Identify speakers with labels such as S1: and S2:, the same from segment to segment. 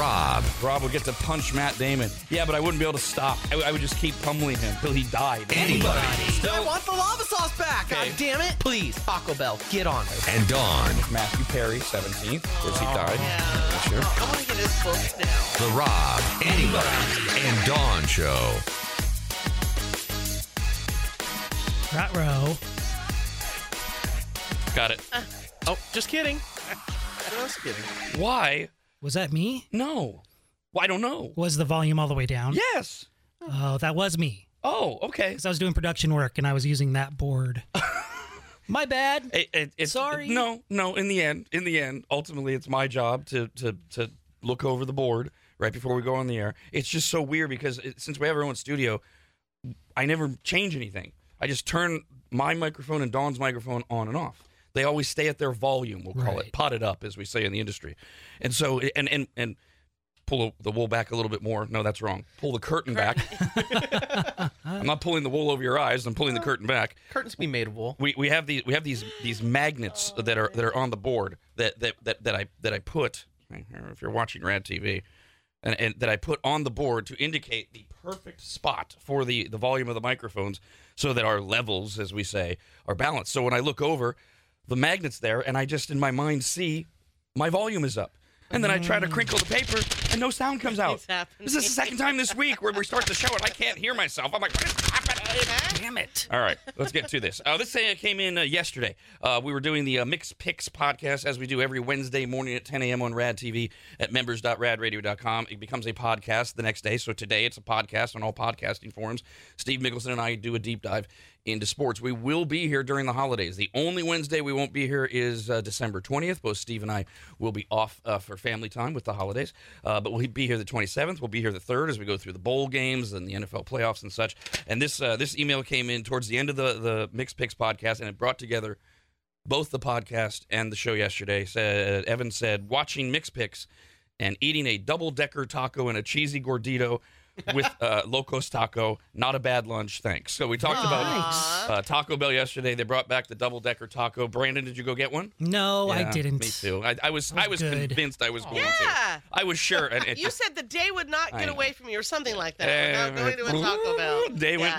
S1: Rob would get to punch Matt Damon. Yeah, but I wouldn't be able to stop. I, w- I would just keep pummeling him till he died.
S2: Anybody.
S3: I want the lava sauce back.
S1: Okay.
S3: God damn it. Please, Taco Bell, get on it.
S2: And Dawn,
S1: Matthew Perry, 17th. Of course, he died.
S3: Yeah.
S1: Sure.
S4: Oh,
S3: I want to get his books now.
S2: The Rob, Anybody, and Dawn Show.
S5: Right row.
S1: Got it.
S3: Oh, just kidding. Just kidding.
S1: Why?
S5: Was that me?
S1: No. Well, I don't know.
S5: Was the volume all the way down?
S1: Yes.
S5: Oh, that was me.
S1: Oh, okay.
S5: Because I was doing production work and I was using that board. My bad.
S1: It, it, it's,
S5: Sorry.
S1: no, no. In the end, in the end, ultimately, it's my job to to to look over the board right before we go on the air. It's just so weird because it, since we have our own studio, I never change anything. I just turn my microphone and Dawn's microphone on and off. They always stay at their volume. We'll call it
S5: Right.
S1: potted up, as we say in the industry. And so, and and and pull the wool back a little bit more. No, that's wrong. Pull the curtain back. I'm not pulling the wool over your eyes. I'm pulling the curtain back
S3: Curtains can be made of wool.
S1: we, we have these we have these these magnets that are that are on the board that that that, that I that I put if you're watching Rad TV and, and that I put on the board to indicate the perfect spot for the the volume of the microphones so that our levels as we say are balanced. So when I look over the magnets there and I just in my mind see my volume is up. And then I try to crinkle the paper and no sound comes out.
S4: Mm. It's happening.
S1: This is the second time this week where we start the show and I can't hear myself. I'm like, what is happening?
S4: Uh-huh.
S5: Damn it.
S1: All right, let's get to this. Uh, this thing came in uh, yesterday. Uh, we were doing the uh, Mix Picks podcast, as we do every Wednesday morning at 10 a.m. on Rad TV at members.radradio.com. It becomes a podcast the next day. So today it's a podcast on all podcasting forums. Steve Mickelson and I do a deep dive into sports. We will be here during the holidays. The only Wednesday we won't be here is uh, December 20th. Both Steve and I will be off uh, for family time with the holidays, uh, but we'll be here the 27th. We'll be here the 3rd as we go through the bowl games and the NFL playoffs and such. And this uh, this email came in towards the end of the the Mixed Picks podcast, and it brought together both the podcast and the show yesterday. Said Evan said watching Mixed Picks and eating a double decker taco and a cheesy gordito. with uh, Locos Taco, not a bad lunch, thanks. So we talked
S5: Nice.
S1: about uh, Taco Bell yesterday. They brought back the double decker taco. Brandon, did you go get one?
S5: No,
S1: Yeah,
S5: Oh, I didn't.
S1: Me too. I, I was I was
S5: good.
S1: convinced I was going
S4: Yeah.
S1: to. I was sure. And it
S4: You said the day would not
S1: I
S4: get
S1: know.
S4: away from you or something like that.
S1: Uh,
S4: Without going to a Taco Bell.
S1: They went.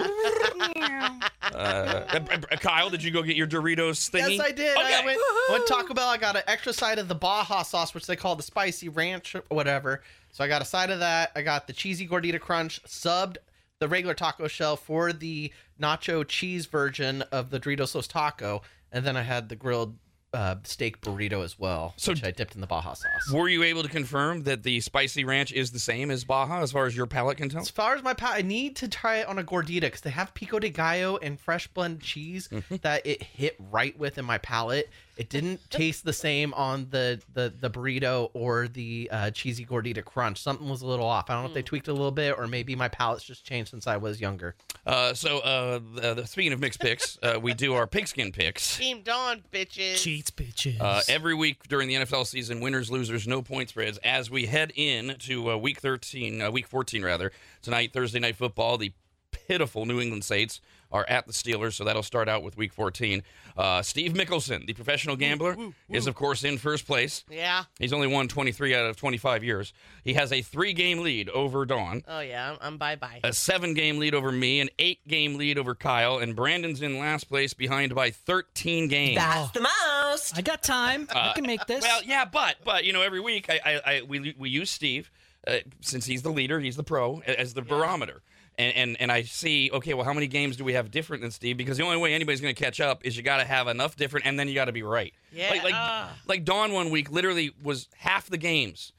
S4: Yeah.
S1: Uh, uh, Kyle, did you go get your Doritos thingy?
S3: Yes, I did.
S1: Okay.
S3: I went, went Taco Bell. I got an extra side of the Baja sauce, which they call the spicy ranch or whatever. So I got a side of that. I got the cheesy gordita crunch, subbed the regular taco shell for the nacho cheese version of the Doritos sauce taco, and then I had the grilled uh, steak burrito as well,
S1: So-
S3: which I dipped in the Baja sauce.
S1: Were you able to confirm that the spicy ranch is the same as Baja, as far as your palate can tell?
S3: As far as my pal, I need to try it on a gordita because they have pico de gallo and fresh blend cheese that it hit right with in my palate. It didn't taste the same on the the, the burrito or the uh, cheesy gordita crunch. Something was a little off. I don't know if they tweaked a little bit or maybe my palate's just changed since I was younger.
S1: Uh, so, uh, the, the- speaking of mixed picks, uh, we do our pigskin picks.
S4: Team Dawn, bitches.
S5: Cheats, bitches.
S1: Uh, every week during the NFL season, winners, losers, no point spreads. As we head in to uh, week 13, uh, week 14 rather, tonight, Thursday night football, the pitiful New England Saints are at the Steelers, so that'll start out with week 14. Uh, Steve Mickelson, the professional gambler, is of course in first place.
S4: Yeah.
S1: He's only won 23 out of 25 years. He has a three game lead over Dawn
S4: Oh yeah. I'm, I'm bye bye.
S1: a seven game lead over me, an eight game lead over Kyle, and Brandon's in last place behind by 13 games.
S5: That's
S4: the most.
S5: I got time. I can make this.
S1: Uh, well, yeah, but but you know, every week I, I, I we we use Steve uh, since he's the leader, he's the pro a- as the barometer. And, and, and I see, okay, well, how many games do we have different than Steve? Because the only way anybody's going to catch up is you got to have enough different, and then you got to be right.
S4: Yeah.
S1: Like, like, like Dawn one week literally was half the games.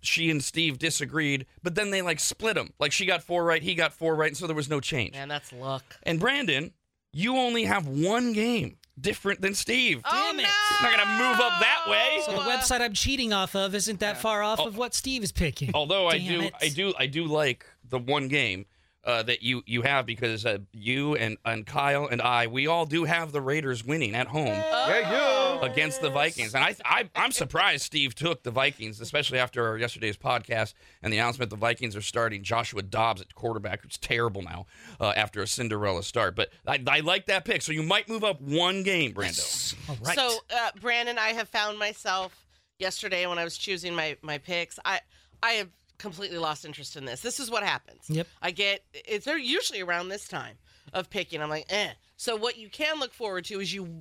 S1: She and Steve disagreed, but then they like split them. Like she got four right, he got four right, and so there was no change.
S4: Man, that's luck.
S1: And Brandon, you only have one game different than Steve.
S5: Damn
S4: oh,
S5: it.
S4: No.
S1: It's not gonna move up that way.
S5: so the website I'm cheating off of isn't that far off of what Steve is picking.
S1: Oh. Although I
S5: Damn
S1: do,
S5: it.
S1: I do, I do like the one game uh, that you you have because uh, you and and Kyle and I, we all do have the Raiders winning at home
S5: Oh,
S1: against the Vikings, and I, I I'm surprised Steve took the Vikings, especially after yesterday's podcast and the announcement the Vikings are starting Joshua Dobbs at quarterback, who's terrible now uh, after a Cinderella start. But I, I like that pick, so you might move up one game, Brando.
S5: All right.
S4: So, uh, Brandon, I have found myself yesterday when I was choosing my my picks. I I have completely lost interest in this. This is what happens.
S5: Yep.
S4: I get it's they're usually around this time of picking. I'm like, eh. So what you can look forward to is you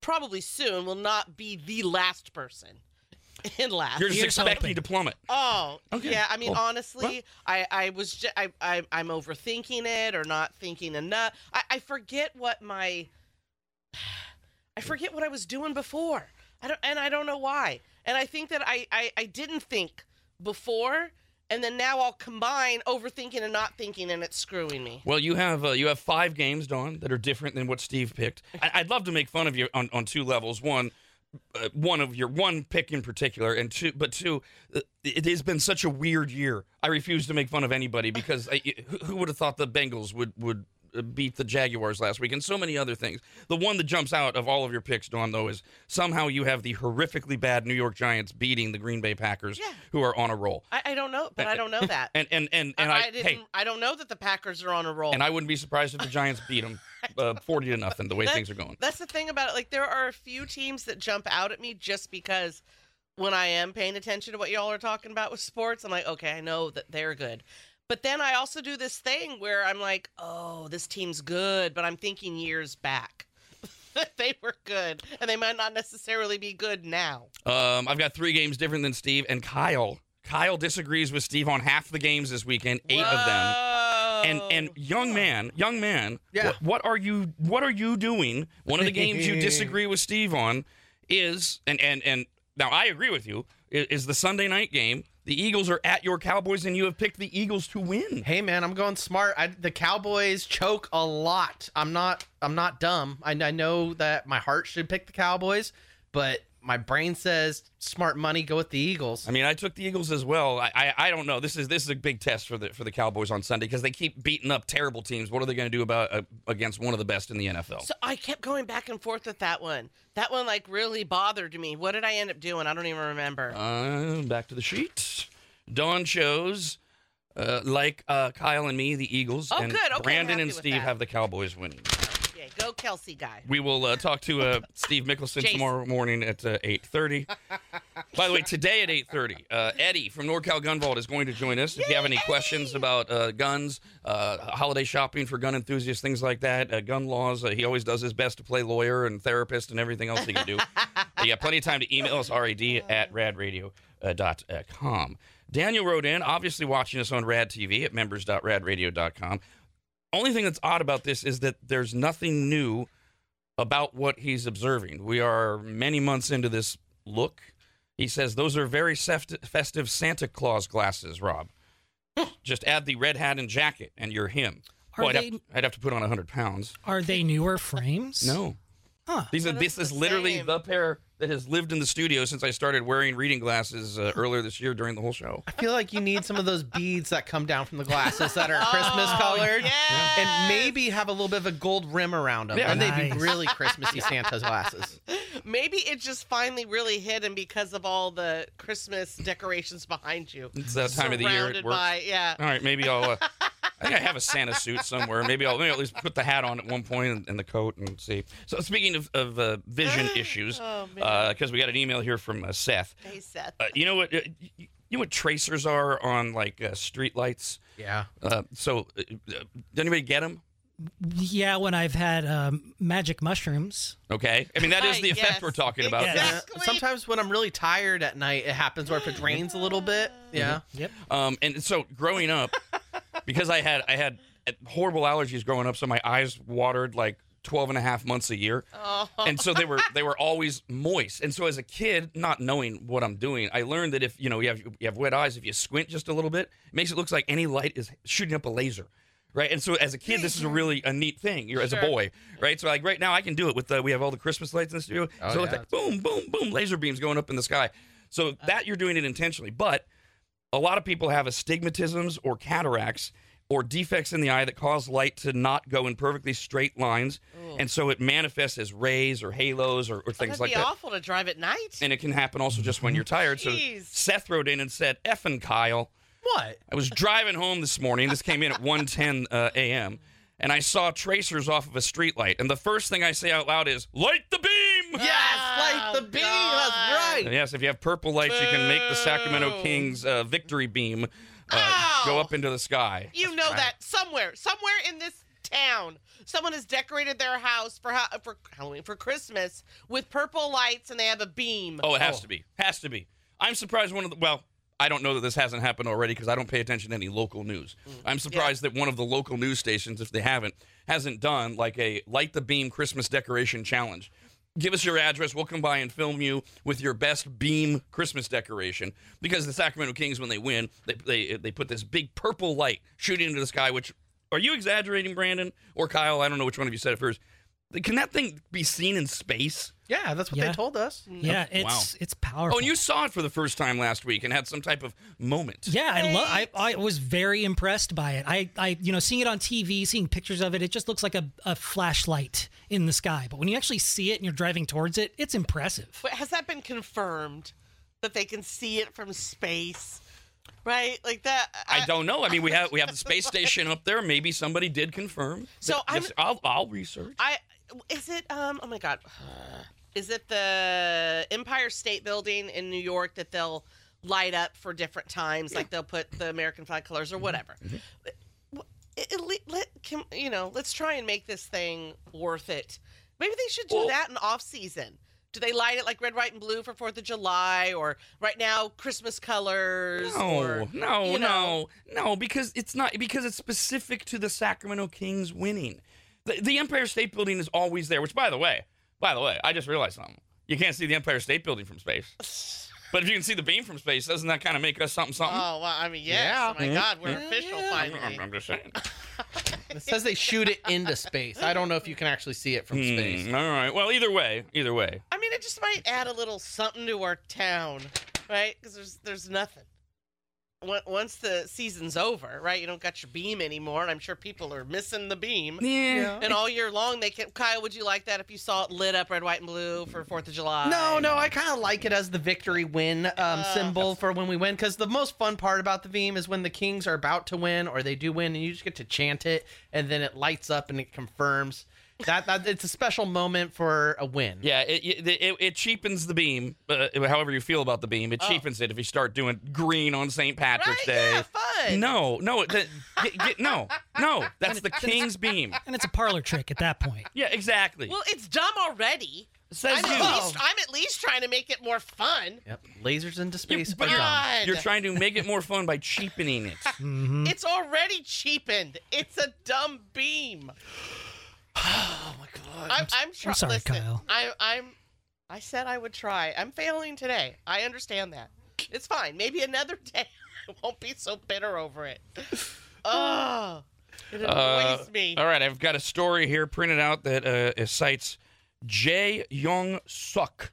S4: probably soon will not be the last person in last.
S1: You're just
S5: Here's
S1: expecting
S5: hoping.
S1: to plummet.
S4: Oh,
S1: Okay,
S4: yeah. I mean,
S1: cool.
S4: honestly,
S1: Well-
S4: I, I was ju- I, I I'm overthinking it or not thinking enough. I, I forget what my I forget what I was doing before. I don't and I don't know why. And I think that I I, I didn't think before, and then now I'll combine overthinking and not thinking, and it's screwing me.
S1: Well, you have uh, you have five games, Don, that are different than what Steve picked. I- I'd love to make fun of you on, on two levels. One, uh, one of your one pick in particular, and two, but two, uh, it has been such a weird year. I refuse to make fun of anybody because I, who- who would have thought the Bengals would would uh, beat the Jaguars last week, and so many other things. The one that jumps out of all of your picks, Don, though, is somehow you have the horrifically bad New York Giants beating the Green Bay Packers,
S4: Yeah.
S1: who are on a roll.
S4: I, I don't know, but I don't know that.
S1: And and and and
S4: I,
S1: I,
S4: I didn't.
S1: hey,
S4: I don't know that the Packers are on a roll.
S1: and I wouldn't be surprised if the Giants beat them uh, 40 to nothing the way
S4: That-
S1: things are going.
S4: That's the thing about it. Like, there are a few teams that jump out at me just because when I am paying attention to what y'all are talking about with sports, I'm like, okay, I know that they're good. But then I also do this thing where I'm like, oh, this team's good, but I'm thinking years back. they were good, and they might not necessarily be good now.
S1: Um, I've got three games different than Steve and Kyle. Kyle disagrees with Steve on half the games this weekend, eight of them. And and young man, young man,
S3: Yeah.
S1: what, what are you what are you doing? One of the games you disagree with Steve on is and and and now I agree with you is, is the Sunday night game. The Eagles are at your Cowboys, and you have picked the Eagles to win.
S3: Hey man, I'm going smart. I, the Cowboys choke a lot. I'm not. I'm not dumb. I, I know that my heart should pick the Cowboys, but my brain says smart money go with the Eagles.
S1: I mean, I took the Eagles as well. I, I, I don't know. This is this is a big test for the for the Cowboys on Sunday because they keep beating up terrible teams. What are they going to do about uh, against one of the best in the NFL?
S4: So I kept going back and forth with that one. That one like really bothered me. What did I end up doing? I don't even remember.
S1: Uh, back to the sheet. Dawn shows, uh, like uh, Kyle and me, the Eagles.
S4: Oh,
S1: and
S4: good. Okay, I'm
S1: Brandon
S4: happy
S1: and
S4: with
S1: Steve
S4: that.
S1: have the Cowboys winning.
S4: yeah, go Kelsey guy.
S1: We will uh, talk to uh, Steve Mickelson
S4: Jason.
S1: tomorrow morning at uh, eight thirty. By the way, today at eight thirty, uh, Eddie from NorCal Gun Vault is going to join us. If you have any questions about uh, guns, uh, holiday shopping for gun enthusiasts, things like that, uh, gun laws, uh, he always does his best to play lawyer and therapist and everything else he can do. uh, you have plenty of time to email us rad at radradio uh, dot uh, com. Daniel wrote in, obviously watching us on Rad TV at members.radradio.com. Only thing that's odd about this is that there's nothing new about what he's observing. We are many months into this look. He says those are very seft- festive Santa Claus glasses, Rob. Just add the red hat and jacket, and you're him.
S5: Are
S1: Well, I'd,
S5: they-
S1: have, I'd have to put on 100 pounds.
S5: Are they newer frames?
S1: No.
S5: Huh.
S1: These are,
S4: No,
S1: this
S4: that's
S1: is
S4: the
S1: literally
S4: same.
S1: the pair that has lived in the studio since I started wearing reading glasses uh, earlier this year during the whole show.
S3: I feel like you need some of those beads that come down from the glasses that are Christmas colored.
S4: yes.
S3: And maybe have a little bit of a gold rim around them,
S1: Yeah.
S3: and they'd
S5: Nice.
S3: be really Christmassy Santa's glasses.
S4: Maybe it just finally really hit him because of all the Christmas decorations behind you.
S1: It's that time of the year. It
S4: Surrounded
S1: works.
S4: by- yeah.
S1: All right, maybe I'll. Uh, I think I have a Santa suit somewhere. Maybe I'll, maybe I'll at least put the hat on at one point and, and the coat and see. So speaking of, of uh, vision issues,
S4: Oh,
S1: because
S4: man.
S1: we got an email here from uh, Seth.
S4: Hey, Seth.
S1: Uh, you know what? Uh, y- you know what tracers are on like uh, street lights.
S3: Yeah.
S1: Uh, so, uh, uh, did anybody get them?
S5: Yeah, when I've had um, magic mushrooms.
S1: Okay. I mean, that is
S4: Hi,
S1: the effect
S4: yes.
S1: we're talking about.
S5: Yes.
S3: Yeah.
S4: Exactly.
S3: Uh, Sometimes when I'm really tired at night, it happens where if it rains a little bit, yeah.
S5: Yep.
S1: Um, and so growing up, because I had I had horrible allergies growing up, so my eyes watered like 12 and a half months a year. And so they were they were always moist. And so as a kid, not knowing what I'm doing, I learned that if you know you have you have wet eyes, if you squint just a little bit, it makes it look like any light is shooting up a laser. Right, and so as a kid, this is a really a neat thing. You're as a
S4: Sure.
S1: boy, right? So like right now, I can do it with the we have all the Christmas lights in the studio.
S3: Oh,
S1: so it's
S3: yeah.
S1: like boom, boom, boom, laser beams going up in the sky. So that you're doing it intentionally, but a lot of people have astigmatisms or cataracts or defects in the eye that cause light to not go in perfectly straight lines. And so it manifests as rays or halos or, or things
S4: Oh, That'd
S1: like
S4: be
S1: that.
S4: awful to drive at night.
S1: And it can happen also just when you're tired. So
S4: Jeez.
S1: Seth wrote in and said, effing Kyle.
S3: What?
S1: I was driving home this morning. This came in at 1:10 uh, a.m. and I saw tracers off of a streetlight. And the first thing I say out loud is, "Light the beam!"
S3: Yes,
S4: Oh,
S3: like the beam.
S4: God.
S3: That's
S4: green.
S1: Yes, if you have purple lights, you can make the Sacramento
S4: Boo.
S1: Kings uh, victory beam uh,
S4: Ow.
S1: go up into the sky.
S4: You know that somewhere, somewhere in this town, someone has decorated their house for ha- for Halloween for Christmas with purple lights, and they have a beam.
S1: Oh, it has to be. Has to be. I'm surprised one of the well, I don't know that this hasn't happened already because I don't pay attention to any local news. I'm surprised that one of the local news stations, if they haven't, hasn't done like a light the beam Christmas decoration challenge. Give us your address. We'll come by and film you with your best beam Christmas decoration. Because the Sacramento Kings, when they win, they they, they put this big purple light shooting into the sky. Which are you exaggerating, Brandon or Kyle? I don't know which one of you said it first. Can that thing be seen in space?
S3: Yeah, that's what
S5: Yeah.
S3: they told us.
S5: Yeah, it's it's powerful.
S1: Mm. Oh, and you saw it for the first time last week and had some type of moment.
S5: Yeah, I love. I, I was very impressed by it. I, I, you know, seeing it on TV, seeing pictures of it, it just looks like a, a flashlight in the sky. But when you actually see it and you're driving towards it, it's impressive.
S4: But has that been confirmed that they can see it from space? Right, like that.
S1: I don't know. I mean, we have we have the space station up there. Maybe somebody did confirm.
S4: So
S1: that
S4: I'm-
S1: this- I'll, I'll research.
S4: I is it um oh my god. Is it the Empire State Building in New York that they'll light up for different times like they'll put the American flag colors
S1: Mm-hmm.
S4: or whatever. It- it le- let- can- you know, let's try and make this thing worth it. Maybe they should do
S1: Well-
S4: that in off season. Do they light it like red, white, and blue for Fourth of July, or right now Christmas colors?
S1: No,
S4: or,
S1: no,
S4: you know.
S1: no, no, because it's not because it's specific to the Sacramento Kings winning. The, the Empire State Building is always there. Which, by the way, by the way, I just realized something. You can't see the Empire State Building from space, but if you can see the beam from space, doesn't that kind of make us something something?
S4: Oh well, I mean, yes.
S3: Yeah.
S1: Mm-hmm.
S4: Oh my God, we're official
S1: I'm,
S4: finally.
S1: I'm just saying.
S3: It says they shoot it into space. I don't know if you can actually see it from space.
S1: Hmm, all right. Well, either way, either way,
S4: I mean, it just might add a little something to our town, right? Because there's there's nothing. Wa- Once the season's over, right? You don't got your beam anymore, and I'm sure people are missing the beam.
S1: yeah.
S4: And all year long, they can. Kyle, would you like that if you saw it lit up red, white, and blue for Fourth of July?
S3: No, no, I kind of like it as the victory win um, symbol for when we win because the most fun part about the beam is when the Kings are about to win or they do win and you just get to chant it and then it lights up and it confirms that, that it's a special moment for a win.
S1: Yeah, it, it, it, it cheapens the beam. Uh, however you feel about the beam, it cheapens it if you start doing green on St.
S4: Oh. Right?
S1: Patrick's Day.
S4: Yeah, fun.
S1: No, no, it- that- get- get- no, no. That's the king's beam.
S5: And it's a parlor trick at that point.
S1: Yeah, exactly.
S4: Well, it's dumb already.
S1: Says
S4: I'm at,
S1: you.
S4: least, I'm at least trying to make it more fun.
S3: Yep. Lasers into space.
S1: but
S3: are dumb.
S4: God.
S1: You're trying to make it more fun by cheapening it.
S4: It's already cheapened. It's a dumb beam. Oh my god! I'm, I'm, try-
S5: I'm sorry,
S4: listen,
S5: Kyle.
S4: I, I'm. I said I would try. I'm failing today. I understand that. It's fine. Maybe another day. I won't be so bitter over it. Oh, it annoys
S1: Uh,
S4: me.
S1: All right, I've got a story here printed out that uh, cites Jae Young Suk,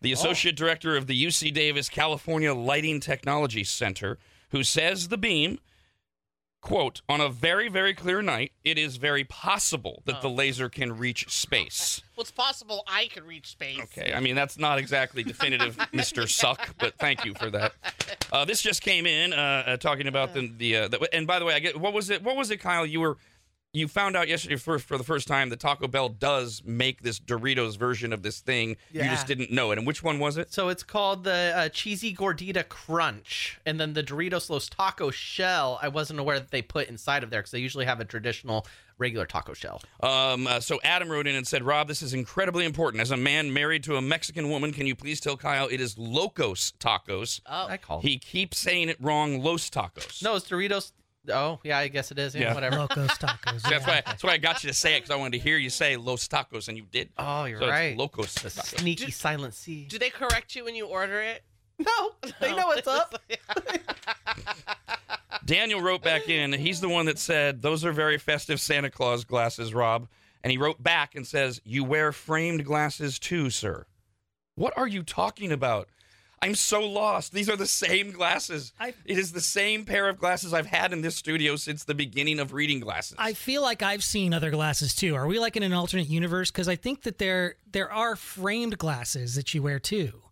S1: the associate director of the UC Davis California Lighting Technology Center, who says the beam. Quote, on a very, very clear night, it is very possible that the laser can reach space.
S4: Well, it's possible I could reach space.
S1: Okay, I mean, that's not exactly definitive, Mr. Suck, but thank you for that. Uh, this just came in uh, uh, talking about the, the, uh, the and by the way, I get what was it? What was it, Kyle? You were you found out yesterday for, for the first time that Taco Bell does make this Doritos version of this thing. You just
S3: Yeah.
S1: didn't know it. And which one was it?
S3: So it's called the uh, cheesy gordita crunch, and then the Doritos Los Taco Shell. I wasn't aware that they put inside of there because they usually have a traditional regular taco shell.
S1: Um, uh, so Adam wrote in and said, Rob, this is incredibly important. As a man married to a Mexican woman, can you please tell Kyle it is Locos Tacos?
S3: I call
S1: Oh, He keeps saying it wrong, Los Tacos.
S3: Oh. no, it's Doritos. Oh yeah, I guess it is. Yeah,
S1: Yeah.
S3: whatever.
S5: Locos tacos.
S1: That's
S5: yeah.
S1: why, that's why I got you to say it because I wanted to hear you say Los Tacos, and you did.
S3: Oh, you're
S1: So it's
S3: right.
S1: Locos.
S3: The
S1: Tacos.
S3: sneaky silent C.
S4: Do they correct you when you order it?
S3: No, they know what's up.
S1: Daniel wrote back in. He's the one that said, Those are very festive Santa Claus glasses, Rob. And he wrote back and says, You wear framed glasses too, sir. What are you talking about? I'm so lost. These are the same glasses.
S5: I-
S1: it is the same pair of glasses I've had in this studio since the beginning of reading glasses.
S5: I feel like I've seen other glasses too. Are we like in an alternate universe? Because I think that there there are framed glasses that you wear too.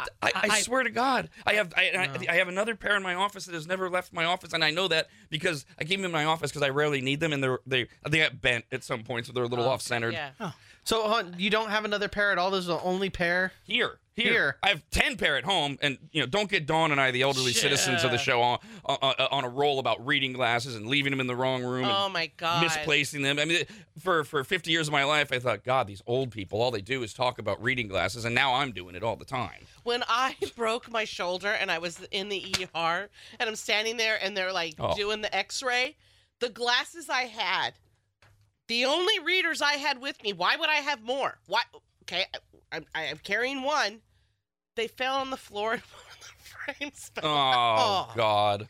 S1: I, I,
S5: I-
S1: swear to God, I have I, I, I have another pair in my office that has never left my office, and I know that because I keep them in my office because I rarely need them, and they're they they got bent at some point, so they're a little off centered.
S4: Oh, Yeah.
S3: So hold on, you don't have another pair at all. This is the only pair.
S1: Here, Here,
S3: Here.
S1: I have ten pair at home, and you know, don't get Dawn and I, the elderly citizens of the show, on, on on a roll about reading glasses and leaving them in the wrong room.
S4: Oh
S1: and,
S4: my god.
S1: misplacing them. I mean, for for 50 years of my life, I thought, God, these old people, all they do is talk about reading glasses, and now I'm doing it all the time.
S4: When I broke my shoulder and I was in the ER and I'm standing there and they're like
S1: Oh.
S4: doing the x-ray, the glasses I had, the only readers I had with me, why would I have more? Why okay, I, I'm I am carrying one. They fell on the floor and one of the frames fell.
S1: Oh,
S4: Oh.
S1: God.
S4: And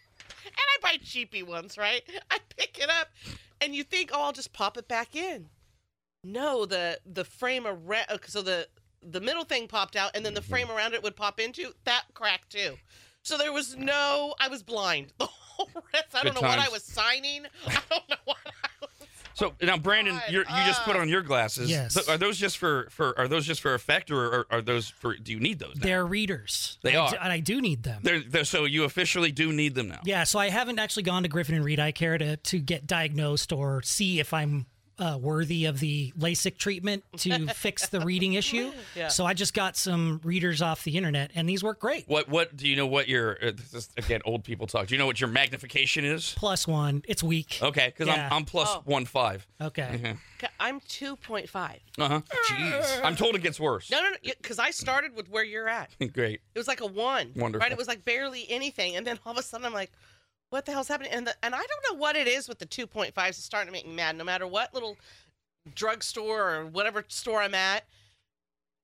S4: I buy cheapy ones, right? I pick it up, and you think, oh, I'll just pop it back in. No, the the frame around, uh, so the the middle thing popped out, and then the frame around it would pop into that crack too. So there was no, I was blind the whole rest. I don't
S1: Good
S4: know what I
S1: times.
S4: was signing. I don't know what I was.
S1: So now, Brandon,
S4: God,
S1: you're, you just put
S4: ah.
S1: on your glasses.
S5: Yes.
S1: So are those just for, for are those just for effect, or are, are those for? Do you need those? Now?
S5: They're readers.
S1: They
S5: I
S1: are.
S5: do- and I do need them.
S1: They're, they're so you officially do need them now.
S5: yeah, so I haven't actually gone to Griffin and Reed Eye Care to, to get diagnosed or see if I'm uh, worthy of the LASIK treatment to fix the reading issue.
S4: Yeah.
S5: So I just got some readers off the internet, and these work great.
S1: What what do you know? What your uh, this is, again old people talk. Do you know what your magnification is?
S5: Plus one. It's weak.
S1: Okay, because
S5: Yeah.
S1: I'm I'm plus
S4: Oh.
S1: one five.
S5: Okay.
S4: Ca- I'm two point five.
S1: Uh huh.
S3: Jeez.
S1: I'm told it gets worse.
S4: No, no, no, because I started with where you're at.
S1: Great.
S4: It was like a one.
S1: Wonderful.
S4: Right? It was like barely anything. And then all of a sudden I'm like, what the hell's happening? And the, and I don't know what it is with the 2.5s. It's starting to make me mad. No matter what little drugstore or whatever store I'm at,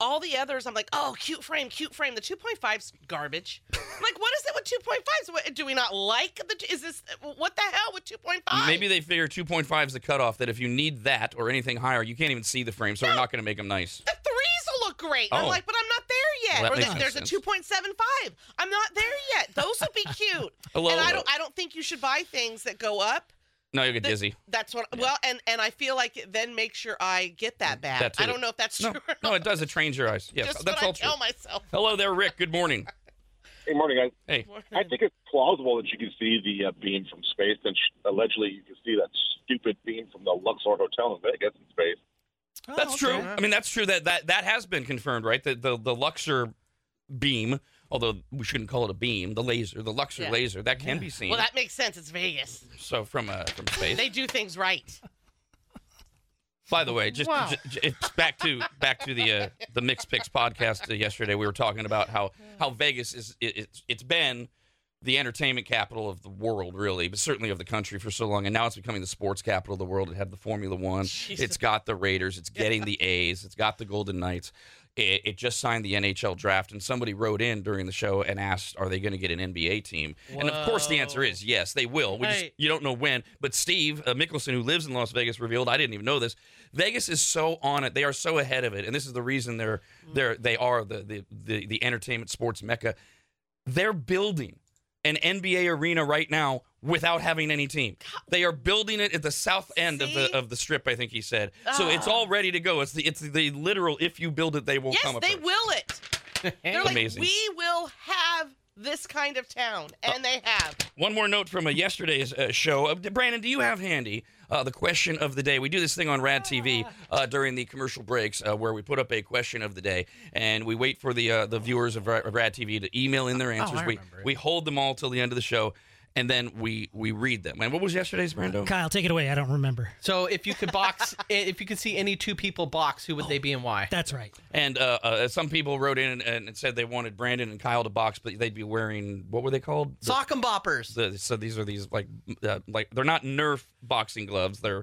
S4: all the others, I'm like, oh, cute frame, cute frame. The 2.5's garbage. I'm like, what is it with 2.5s? What, do we not like the, t- is this, what the hell with 2.5?
S1: Maybe they figure 2.5 is the cutoff. That if you need that or anything higher, you can't even see the frame, so we're not going to make them nice.
S4: the threes will look great. And
S1: Oh.
S4: I'm like, but I'm not there yet.
S1: Well, that
S4: or
S1: makes
S4: that,
S1: no
S4: there's
S1: sense.
S4: a 2.75. I'm not there yet. Those will be cute.
S1: Hello,
S4: and I
S1: hello.
S4: don't I don't think you should buy things that go up.
S1: No, you'll get
S4: That-
S1: dizzy.
S4: That's what well and and I feel like it then makes your eye get that bad.
S1: That too.
S4: I don't know if that's
S1: Mm, No,
S4: true. or
S1: no,
S4: not.
S1: it does. It trains your eyes. Yes,
S4: Just
S1: that's
S4: what I
S1: all true.
S4: tell myself.
S1: Hello there, Rick. Good morning.
S6: Hey, morning, guys.
S1: Hey,
S4: Oh,
S6: I think it's plausible that you can see the uh, beam from space, and sh- allegedly you can see that stupid beam from the Luxor Hotel in Vegas in space.
S5: Oh,
S1: that's true.
S5: okay.
S1: I mean, that's true. That that that has been confirmed, right? The the, the Luxor beam, although we shouldn't call it a beam, the laser, the Luxor
S4: Yeah.
S1: laser, that can be seen.
S4: Well, that makes sense. It's Vegas.
S1: so from uh, from space.
S4: They do things right.
S1: By the way, just, ju- ju- it's back to back to the uh, the Mixed Picks podcast uh, yesterday. We were talking about how how Vegas is it, it's it's been the entertainment capital of the world, really, but certainly of the country for so long, and now it's becoming the sports capital of the world. It had the Formula One. It's got the Raiders. It's getting the A's. It's got the Golden Knights. It, it just signed the NHL draft, and somebody wrote in during the show and asked, "Are they going to get an NBA team?" And of course, the answer is yes, they will. We just
S4: Right.
S1: you don't know when. But Steve uh, Mickelson, who lives in Las Vegas, revealed I didn't even know this. Vegas is so on it; they are so ahead of it, and this is the reason they're
S4: Mm.
S1: they're they are the the the, the entertainment sports mecca. They're building an NBA arena right now without having any team. They are building it at the south end of
S4: See? Ah.
S1: the of the strip. I think he said. So it's all ready to go. It's the it's the literal. If you build it, they will
S4: yes,
S1: come.
S4: they
S1: approach.
S4: will it. They're like,
S1: Amazing. Uh,
S4: we will have this kind of town, and they have.
S1: One more note from uh yesterday's uh, show. Uh, Brandon, do you have handy uh, the question of the day? We do this thing on Rad TV uh, during the commercial breaks uh, where we put up a question of the day and we wait for the uh, the viewers of, Ra- of Rad TV to email in their answers. we we hold them all till the end of the show and then we we read them. And what was yesterday's, Brando?
S5: Kyle, take it away. I don't remember.
S3: So if you could box, if you could see any two people box, who would they be and why?
S5: That's right.
S1: And uh, uh, some people wrote in and, and said they wanted Brandon and Kyle to box, but they'd be wearing what were they called? The-
S3: Sock 'em boppers.
S1: the- so these are these like uh, like they're not Nerf boxing gloves. They're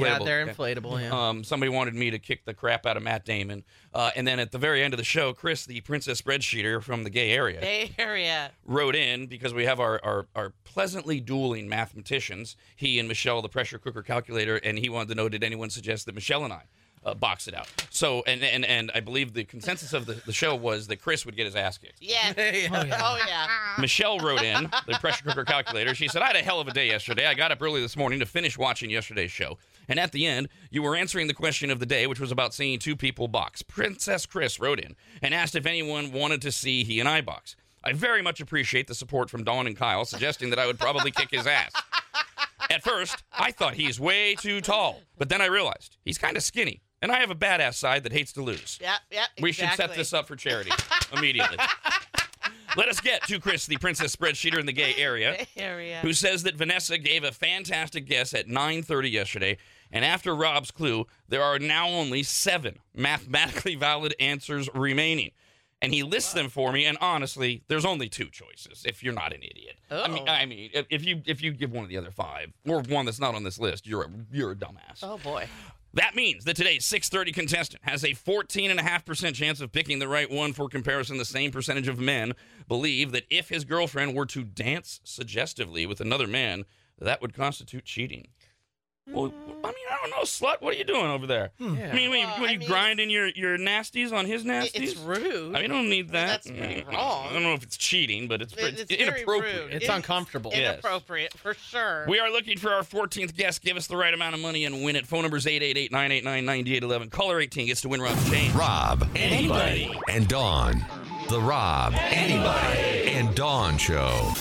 S1: Inflatable.
S3: yeah, they're inflatable. Yeah.
S1: Um, somebody wanted me to kick the crap out of Matt Damon. Uh, and then at the very end of the show, Chris, the princess spreadsheeter from the gay area,
S4: Bay Area.
S1: wrote in because we have our, our, our pleasantly dueling mathematicians, he and Michelle, the pressure cooker calculator, and he wanted to know did anyone suggest that Michelle and I uh, box it out? So, and, and, and I believe the consensus of the, the show was that Chris would get his ass kicked.
S4: Yes.
S1: Uh,
S5: Oh, yeah.
S4: Oh, yeah.
S1: Michelle wrote in the pressure cooker calculator. She said, I had a hell of a day yesterday. I got up early this morning to finish watching yesterday's show. And at the end, you were answering the question of the day, which was about seeing two people box. Princess Chris wrote in and asked if anyone wanted to see he and I box. I very much appreciate the support from Dawn and Kyle, suggesting that I would probably kick his ass. At first, I thought he's way too tall, but then I realized he's kind of skinny. And I have a badass side that hates to lose.
S4: Yeah, yeah.
S1: We should set this up for charity immediately. Let us get to Chris, the princess spreadsheeter in the gay area,
S4: Area.
S1: who says that Vanessa gave a fantastic guess at 9:30 yesterday, and after Rob's clue, there are now only 7 mathematically valid answers remaining. And he lists them for me, and honestly, there's only two choices. If you're not an idiot, I mean,
S4: Oh.
S1: I mean, if- if you if you give one of the other five or one that's not on this list, you're a, you're a dumbass.
S4: Oh boy.
S1: That means that today's 630 contestant has a 14.5% chance of picking the right one. For comparison, the same percentage of men believe that if his girlfriend were to dance suggestively with another man, that would constitute cheating. Well, I mean, I don't know, slut. What are you doing over there?
S3: Hmm.
S1: I mean, when you,
S4: Well,
S1: when
S4: I
S1: you
S4: mean,
S1: grinding your, your nasties on his
S4: I-
S1: nasties?
S4: It's rude.
S1: I mean, I don't need that.
S4: That's pretty
S1: Mm,
S4: wrong.
S1: I don't know if it's cheating, but it's,
S4: It-
S1: it's,
S4: it's very
S1: inappropriate.
S4: rude.
S3: It's
S4: It-
S3: uncomfortable.
S1: Yeah.
S4: Inappropriate for sure.
S1: We are looking for our 14th guest. Give us the right amount of money and win it. Phone number is 888 989 9811. Caller 18 gets to win Rob's change.
S2: Rob, anybody, and Dawn. The Rob, anybody, and Dawn Show.